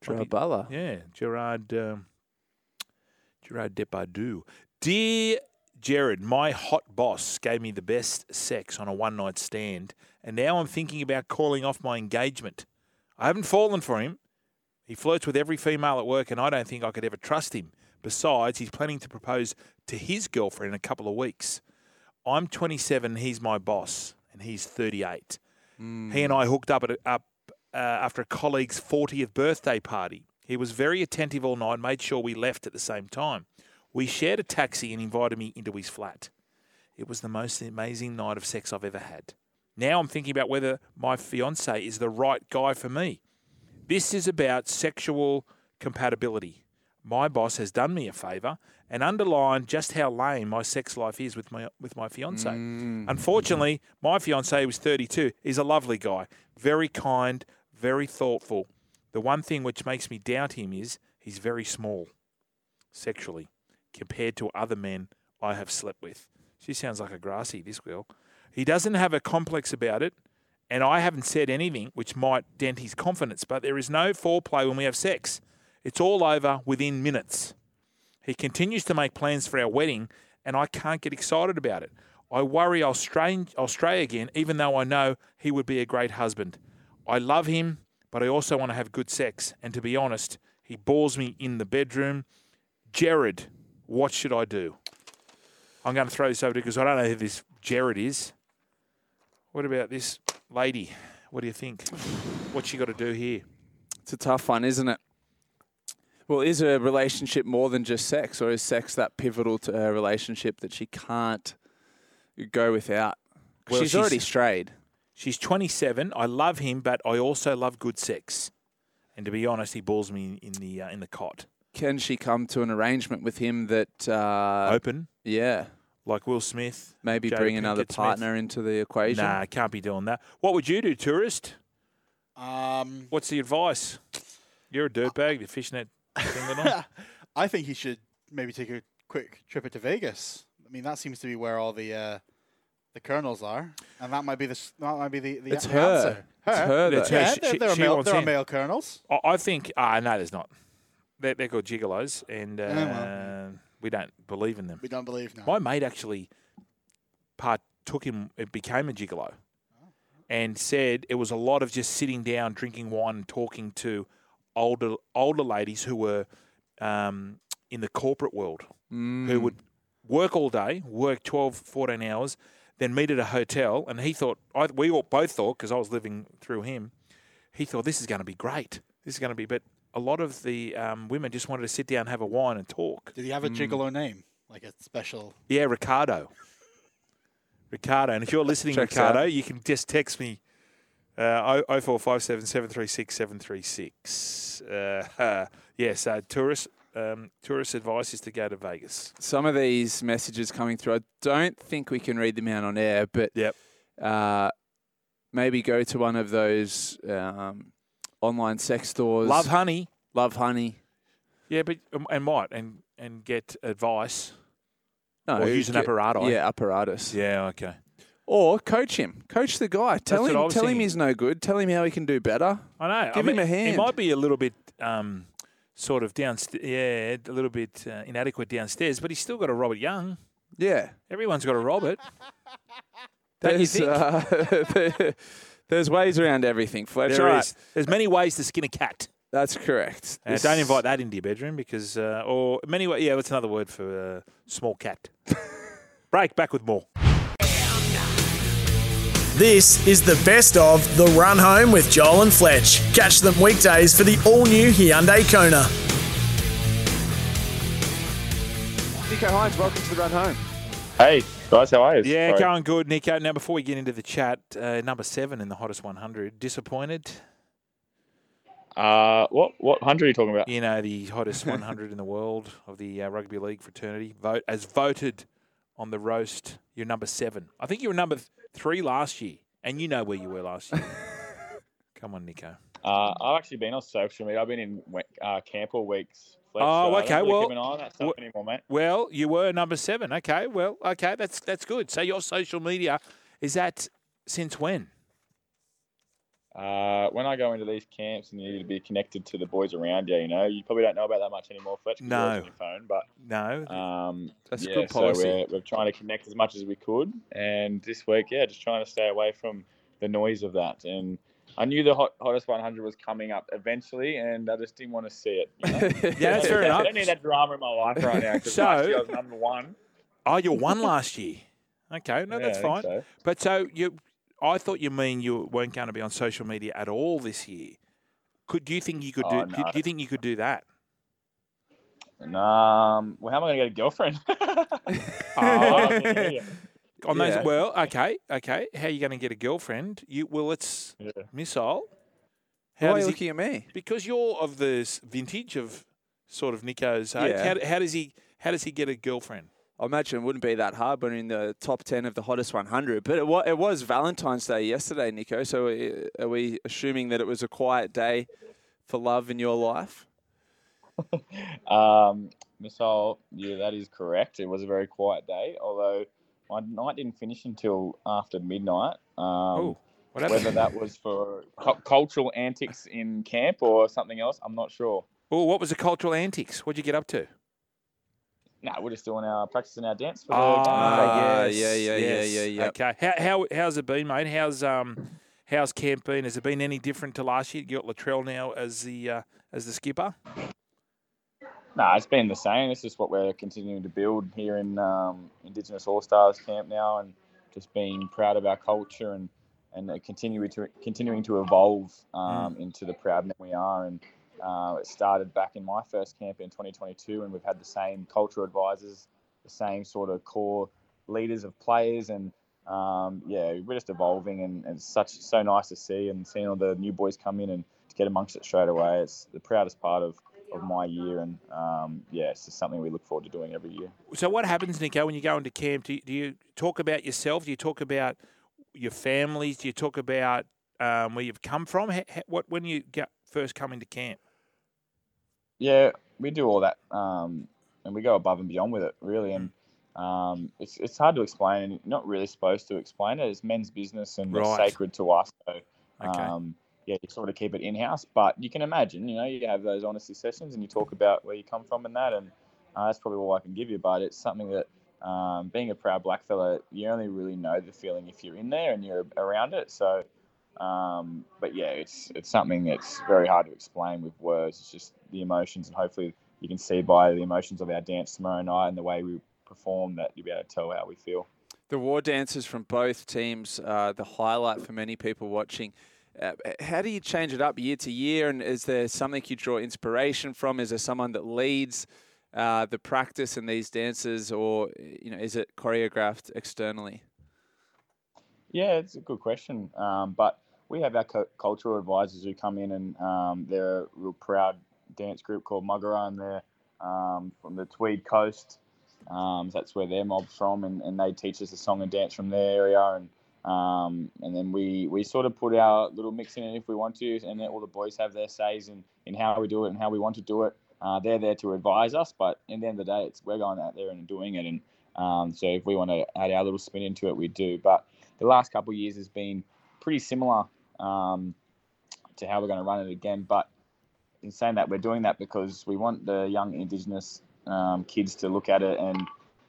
B: Might be-
F: Trabala.
B: yeah, Gerard um, Gerard Depardieu. Dear Jared, my hot boss gave me the best sex on a one night stand, and now I'm thinking about calling off my engagement. I haven't fallen for him. He flirts with every female at work, and I don't think I could ever trust him. Besides, he's planning to propose to his girlfriend in a couple of weeks. I'm 27, he's my boss, and he's 38. He and I hooked up at a, up uh, after a colleague's 40th birthday party. He was very attentive all night, made sure we left at the same time. We shared a taxi and invited me into his flat. It was the most amazing night of sex I've ever had. Now I'm thinking about whether my fiance is the right guy for me. This is about sexual compatibility. My boss has done me a favour and underlined just how lame my sex life is with my with my fiance. Unfortunately, my fiance who was 32. He's a lovely guy, very kind, very thoughtful. The one thing which makes me doubt him is he's very small sexually compared to other men I have slept with. She sounds like a grassy, this girl. He doesn't have a complex about it, and I haven't said anything which might dent his confidence. But there is no foreplay when we have sex. It's all over within minutes. He continues to make plans for our wedding, and I can't get excited about it. I worry I'll stray, I'll stray again, even though I know he would be a great husband. I love him, but I also want to have good sex. And to be honest, he bores me in the bedroom. Jared, what should I do? I'm going to throw this over to because I don't know who this Jared is. What about this lady? What do you think? What's she got to do here?
F: It's a tough one, isn't it? Well, is a relationship more than just sex, or is sex that pivotal to her relationship that she can't go without? 'Cause
B: Well,
F: she's,
B: she's-
F: already strayed.
B: She's 27. I love him, but I also love good sex. And to be honest, he balls me in the uh, in the cot.
F: Can she come to an arrangement with him that, uh,
B: Open
F: yeah,
B: like Will Smith.
F: maybe
B: Jada
F: bring another
B: Pinkett Smith.
F: partner into the equation?
B: Nah, can't be doing that. What would you do, tourist?
J: Um,
B: What's the advice? You're a dirtbag. The fishnet. thing went on.
J: I think he should maybe take a quick trip to Vegas. I mean, that seems to be where all the uh, the colonels are, and that might be the s- that might be the, the,
F: It's
J: the
F: her.
J: answer.
F: It's her.
B: That's
F: That's
B: her.
J: Yeah,
B: she-
J: there,
B: she-
J: there are
B: she
J: male,
B: wants
J: there are
B: in.
J: male colonels.
B: I, I think. Ah, no, there's not. They're, they're called gigolos, and uh,
J: well.
B: we don't believe in them.
J: We don't believe now.
B: My mate actually partook him. It became a gigolo, and said it was a lot of just sitting down, drinking wine, and talking to older older ladies who were um, in the corporate world, who would work all day, work 12, 14 hours, then meet at a hotel. And he thought, I, we all both thought, because I was living through him, he thought this is going to be great. This is going to be, but a lot of the um, women just wanted to sit down, have a wine, and talk.
J: Did he have a
C: Hmm.
J: gigolo name, like a special?
B: Yeah, Ricardo. Ricardo. And if you're listening,
F: Checks
B: Ricardo,
F: out.
B: you can just text me uh, 0457 736 736. Uh, yeah, so tourist, um, tourist advice is to go to Vegas.
F: Some of these messages coming through, I don't think we can read them out on air, but
B: Yep.
F: uh, maybe go to one of those um, online sex stores.
B: Love honey.
F: Love Honey.
B: Yeah, but um, and might and and get advice
F: No,
B: or use an
F: get-
B: apparatus.
F: Yeah, apparatus.
B: Yeah, okay.
F: Or coach him. Coach the guy. Tell
B: what I
F: him.
B: was
F: Tell him
B: thinking.
F: he's no good. Tell him how he can do better.
B: I know.
F: Give
B: I
F: him a
B: He
F: hand.
B: might be a little bit, um, sort of downstairs. Yeah, a little bit uh, inadequate downstairs, but he's still got a Robert Young.
F: Yeah.
B: Everyone's got a Robert. Don't you
F: There's
B: think?
F: uh, there's ways around everything, Fletcher.
B: There
F: All
B: is.
F: right.
B: There's many ways to skin a cat.
F: That's correct.
B: Uh,
F: This-
B: don't invite that into your bedroom because, uh, or many ways. Yeah, that's another word for uh, small cat. Break. Back with more.
A: This is the best of The Run Home with Joel and Fletch. Catch them weekdays for the all new Hyundai Kona.
F: Nico Hines, welcome to the run home.
K: Hey guys, how are you?
B: Yeah,
K: Sorry.
B: going good, Nico. Now, before we get into the chat, uh, number seven in the hottest 100. Disappointed?
K: Uh, what what hundred are you talking about?
B: You know, the hottest 100 in the world of the uh, rugby league fraternity. Vote as voted on the roast. You're number seven. I think you were number th- three last year, and you know where you were last year. Come on, Nico.
K: Uh, I've actually been on social media. I've been in we- uh, camp all weeks. Fletch,
B: Oh,
K: so I don't
B: okay,
K: really
B: well,
K: keep an eye on that stuff
B: wh-
K: anymore, mate.
B: Well, you were number seven. Okay. Well, okay. That's that's good. So your social media is that since when?
K: Uh, when I go into these camps and you need to be connected to the boys around you, you know, you probably don't know about that much anymore, Fletch. 'cause you're always on
B: No.
K: your phone, but
B: No.
K: Um,
F: That's
K: yeah,
F: good policy.
K: So we're, we're trying to connect as much as we could, and this week, yeah, just trying to stay away from the noise of that. And I knew the hot, hottest 100 was coming up eventually, and I just didn't want to see it. You know?
B: Yeah, that's fair
K: I
B: enough.
K: don't need that drama in my life right now. 'cause
B: So-
K: last year I was number one.
B: Oh, you won last year. Okay, no,
K: Yeah,
B: that's
K: I think
B: fine.
K: so.
B: But so you, I thought you mean you weren't going to be on social media at all this year. Could do you think you could do?
K: Oh,
B: do,
K: no.
B: do you think you could do that?
K: And, um, well, how am I going to get a girlfriend?
B: Oh,
K: yeah.
B: on those,
F: Yeah.
B: well, okay, okay. How are you going to get a girlfriend? You well, it's
K: Yeah.
B: missile. How
F: Why are you
B: does he,
F: looking at me?
B: because you're of this vintage of sort of Nico's age.
F: Yeah.
B: How, how does he? How does he get a girlfriend?
F: I imagine it wouldn't be that hard when in the top 10 of the hottest 100. But it, wa- it was Valentine's Day yesterday, Nico. So uh, are we assuming that it was a quiet day for love in your life?
K: Um, Missile, yeah, that is correct. It was a very quiet day, although
G: my night didn't finish until after midnight. Um,
B: Ooh, what happened?
G: whether that was for cu- cultural antics in camp or something else, I'm not sure.
B: Oh, what was the cultural antics? What'd you get up to?
G: No, we're just doing our practicing our dance for the
B: Ah,
G: game.
B: yes, yes. Okay. How, how how's it been, mate? How's um how's camp been? Has it been any different to last year? You got Latrell now as the uh, as the skipper.
G: No, it's been the same. It's just what we're continuing to build here in um, Indigenous All Stars Camp now, and just being proud of our culture and and uh, continuing to continuing to evolve
B: Mm.
G: um, into the proud men we are. And uh, it started back in my first camp in 2022, and we've had the same cultural advisors, the same sort of core leaders of players, and um, yeah, we're just evolving, and, and it's such so nice to see and seeing all the new boys come in and to get amongst it straight away. It's the proudest part of of my year, and um, yeah, it's just something we look forward to doing every year.
B: So what happens, Nico, when you go into camp? Do you, do you talk about yourself? Do you talk about your families? Do you talk about um, where you've come from? Ha ha- what when you get first come into camp?
G: Yeah, we do all that, um, and we go above and beyond with it, really. And um, it's it's hard to explain, and you're not really supposed to explain it. It's men's business, and it's
B: Right.
G: sacred to us. So,
B: Okay.
G: um, yeah, you sort of keep it in house, but you can imagine, you know, you have those honesty sessions, and you talk about where you come from and that, and uh, that's probably all I can give you. But it's something that. Um, being a proud black fella, you only really know the feeling if you're in there and you're around it. So, um, but yeah, it's it's something that's very hard to explain with words. It's just the emotions, and hopefully you can see by the emotions of our dance tomorrow night and the way we perform that you'll be able to tell how we feel.
L: The war dances from both teams are the highlight for many people watching. Uh, how do you change it up year to year? And is there something you draw inspiration from? Is there someone that leads uh, the practice in these dances, or you know, is it choreographed externally?
G: Yeah, it's a good question. Um, but we have our cu- cultural advisors who come in, and um, they're a real proud dance group called Muggera, and they're um, from the Tweed coast. Um, so that's where their mob's from, and, and they teach us the song and dance from their area. And um, and then we, we sort of put our little mix in it if we want to, and then all the boys have their says in, in how we do it and how we want to do it. Uh, they're there to advise us, but in the end of the day, it's we're going out there and doing it. And um, so if we want to add our little spin into it, we do. But the last couple of years has been pretty similar um, to how we're going to run it again. But in saying that, we're doing that because we want the young Indigenous um, kids to look at it and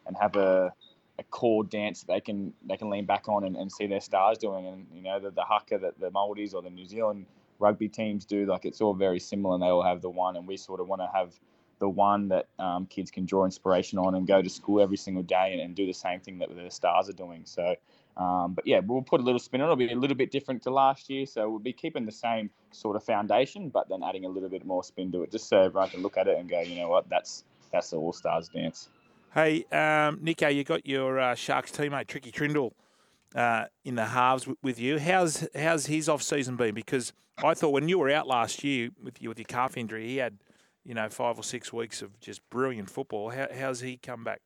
G: and have a, a core dance that they can they can lean back on and, and see their stars doing. And you know the the haka that the Maldives or the New Zealand rugby teams do, like it's all very similar, and they all have the one. And we sort of want to have the one that um, kids can draw inspiration on and go to school every single day and, and do the same thing that the stars are doing. So. Um, but yeah, we'll put a little spin on it. It'll be a little bit different to last year. So we'll be keeping the same sort of foundation, but then adding a little bit more spin to it just so everyone can look at it and go, you know what, that's that's the All Stars dance.
B: Hey, um, Nico, you got your uh, Sharks teammate Tricky Trindle uh, in the halves w- with you. How's how's his off season been? Because I thought when you were out last year with your, with your calf injury, he had you know five or six weeks of just brilliant football. How, how's he come back?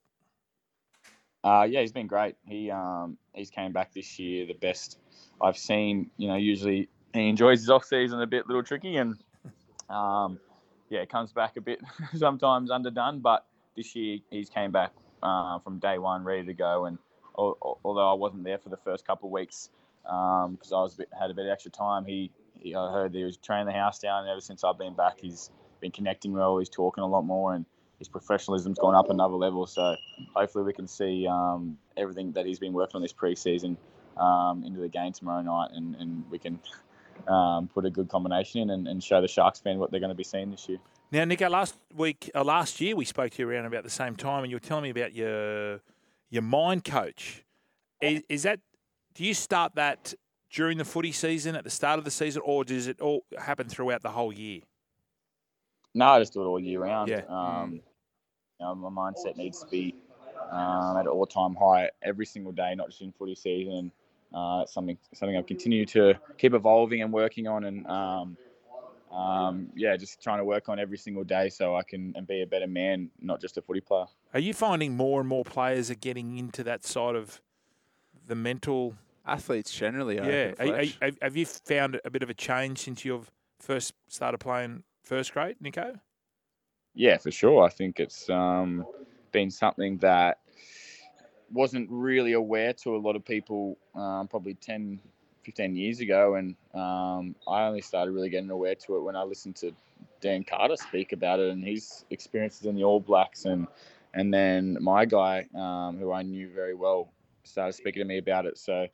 G: Uh, yeah, he's been great. He um, he's came back this year the best I've seen. You know, usually he enjoys his off season a bit, little tricky, and um, yeah, comes back a bit sometimes underdone. But this year he's came back uh, from day one, ready to go. And al- al- although I wasn't there for the first couple of weeks because I was a bit, had a bit of extra time, he, he I heard that he was training the house down. And ever since I've been back, he's been connecting well. He's talking a lot more, and his professionalism's gone up another level. So hopefully we can see um, everything that he's been working on this preseason um, into the game tomorrow night, and, and we can um, put a good combination in and, and show the Sharks fan what they're going to be seeing this year.
B: Now, Nico, last week, uh, last year, we spoke to you around about the same time, and you were telling me about your your mind coach. Is, is that do you start that during the footy season at the start of the season, or does it all happen throughout the whole year?
G: No, I just do it all year round.
B: Yeah.
G: Um, you know, my mindset needs to be um, at an all-time high every single day, not just in footy season. Uh, it's something something I've continued to keep evolving and working on, and um, um, yeah, just trying to work on every single day so I can and be a better man, not just a footy player.
B: Are you finding more and more players are getting into that side of the mental
L: athletes generally? I
B: Yeah,
L: reckon,
B: Are- are-
L: Fletch.
B: have- have you found a bit of a change since you've first started playing first grade, Nico?
G: Yeah, for sure. I think it's um, been something that wasn't really aware to a lot of people um, probably 10, 15 years ago. And um, I only started really getting aware to it when I listened to Dan Carter speak about it and his experiences in the All Blacks. And, and then my guy, um, who I knew very well, started speaking to me about it. So,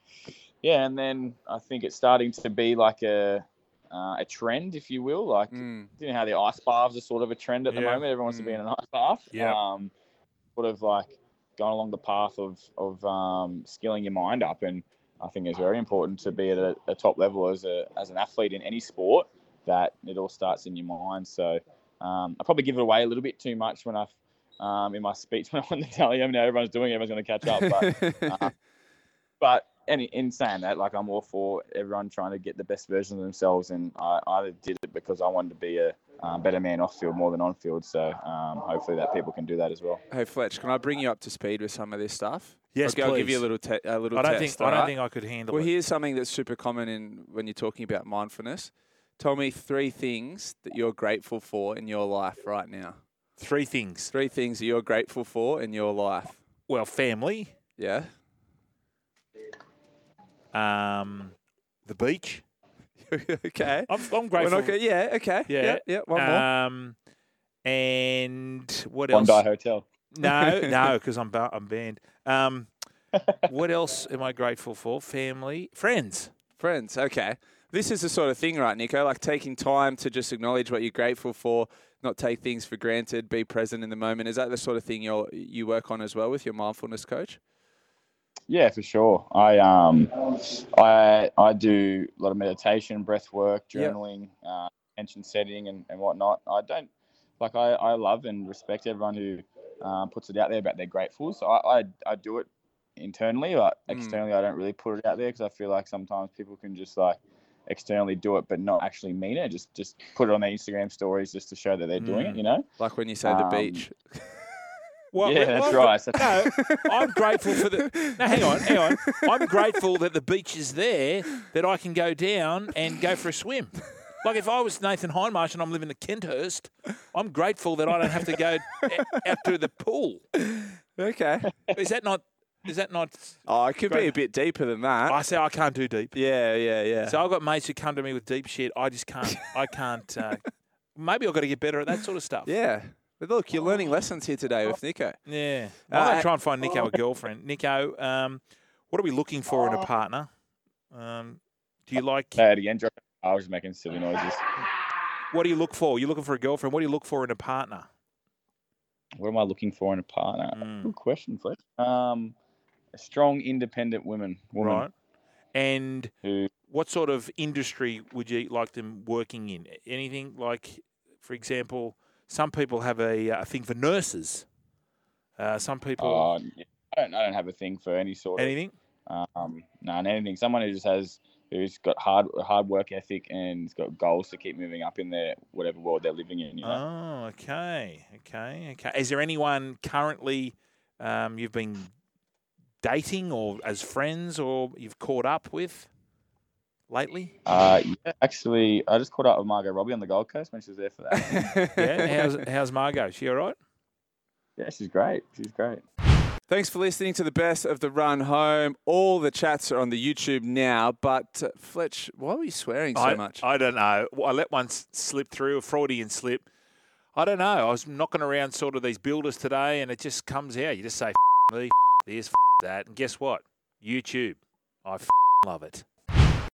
G: yeah, and then I think it's starting to be like a uh, a trend, if you will. Like, you know how the ice baths are sort of a trend at the
B: Yeah.
G: moment. Everyone wants to be
F: Mm.
G: in an ice bath.
B: Yeah.
G: Um, sort of like going along the path of of um, skilling your mind up, and I think it's very important to be at a, a top level as a as an athlete in any sport. That it all starts in your mind. So um, I probably give it away a little bit too much when I um, in my speech when I'm on the telly. I mean, everyone's doing it, everyone's going to catch up, but uh, but any, in saying that, like I'm all for everyone trying to get the best version of themselves, and I, I did it because I wanted to be a um, better man off field more than on field. So um, hopefully that people can do that as well.
F: Hey Fletch, can I bring you up to speed with some of this stuff?
G: Yes,
F: okay, I'll give you a
G: please.
F: little te- a little.
B: I don't
F: test,
B: think- I don't
F: alright?
B: think I could handle
F: Well,
B: it.
F: here's something that's super common in when you're talking about mindfulness. Tell me three things that you're grateful for in your life right now.
B: Three things.
F: Three things that you're grateful for in your life.
B: Well, family.
F: Yeah.
B: Um, the beach.
F: okay.
B: I'm, I'm
F: We're
B: grateful.
F: not gonna- yeah. Okay.
B: Yeah.
F: Yeah. Yeah. One more.
B: Um, and what else?
G: Bondi Hotel.
B: No, no, because I'm ba- I'm banned. Um, what else am I grateful for? Family, friends.
F: Friends, okay. This is the sort of thing, right, Nico? Like taking time to just acknowledge what you're grateful for, not take things for granted, be present in the moment. Is that the sort of thing you you work on as well with your mindfulness coach?
G: Yeah, for sure. I um, I I do a lot of meditation, breath work,
F: Yep.
G: journaling, uh, attention setting, and, and whatnot. I don't like I, I love and respect everyone who um, puts it out there about their grateful. So I, I I do it internally, but
F: Mm.
G: externally I don't really put it out there because I feel like sometimes people can just like externally do it but not actually mean it. Just just put it on their Instagram stories just to show that they're doing it.
F: Mm.
G: You know.
F: Like when you say
G: Um,
F: the beach.
B: Well,
G: Yeah,
B: well,
G: that's
B: well,
G: right.
B: No, I'm grateful for the. No, hang on, hang on. I'm grateful that the beach is there, that I can go down and go for a swim. Like if I was Nathan Hindmarsh and I'm living in Kenthurst, I'm grateful that I don't have to go e- out to the pool.
F: Okay.
B: Is that not? Is that not?
F: Oh, it could be a bit deeper than that.
B: I say I can't do deep.
F: Yeah, yeah, yeah.
B: So I've got mates who come to me with deep shit. I just can't. I can't. Uh, maybe I've got to get better at that sort of stuff.
F: yeah. But look, you're learning lessons here today with Nico.
B: Yeah.
F: Uh,
B: I'm going
F: I-
B: to try and find Nico a girlfriend. Nico, um, what are we looking for in a partner? Um, do you like,
G: Say it again. Josh. I was making silly noises.
B: what do you look for? You're looking for a girlfriend. What do you look for in a partner? Mm.
G: What am I looking for in a partner? Good question, Fletch. Um, strong, independent women. woman
B: Right. And
G: Who?
B: what sort of industry would you like them working in? Anything like, for example, some people have a, a thing for nurses. Uh, some people,
G: Uh, I don't. I don't have a thing for any sort
B: anything?
G: of um, no, and anything. Someone who just has who's got hard hard work ethic and has got goals to keep moving up in their whatever world they're living in. You know.
B: Oh, okay, okay, okay. Is there anyone currently um, you've been dating or as friends or you've caught up with lately?
G: Uh, yeah, actually, I just caught up with Margot Robbie on the Gold Coast when she was there for that.
B: Yeah. How's How's Margot? She all right?
G: yeah, she's great. She's great.
F: Thanks for listening to the best of the run home. All the chats are on the YouTube now. But uh, Fletch, why were you swearing so
B: I,
F: much?
B: I don't know. Well, I let one s- slip through, a Freudian slip. I don't know. I was knocking around sort of these builders today, and it just comes out. You just say "F- me, f- this, f- that, and guess what? YouTube. I f- love it.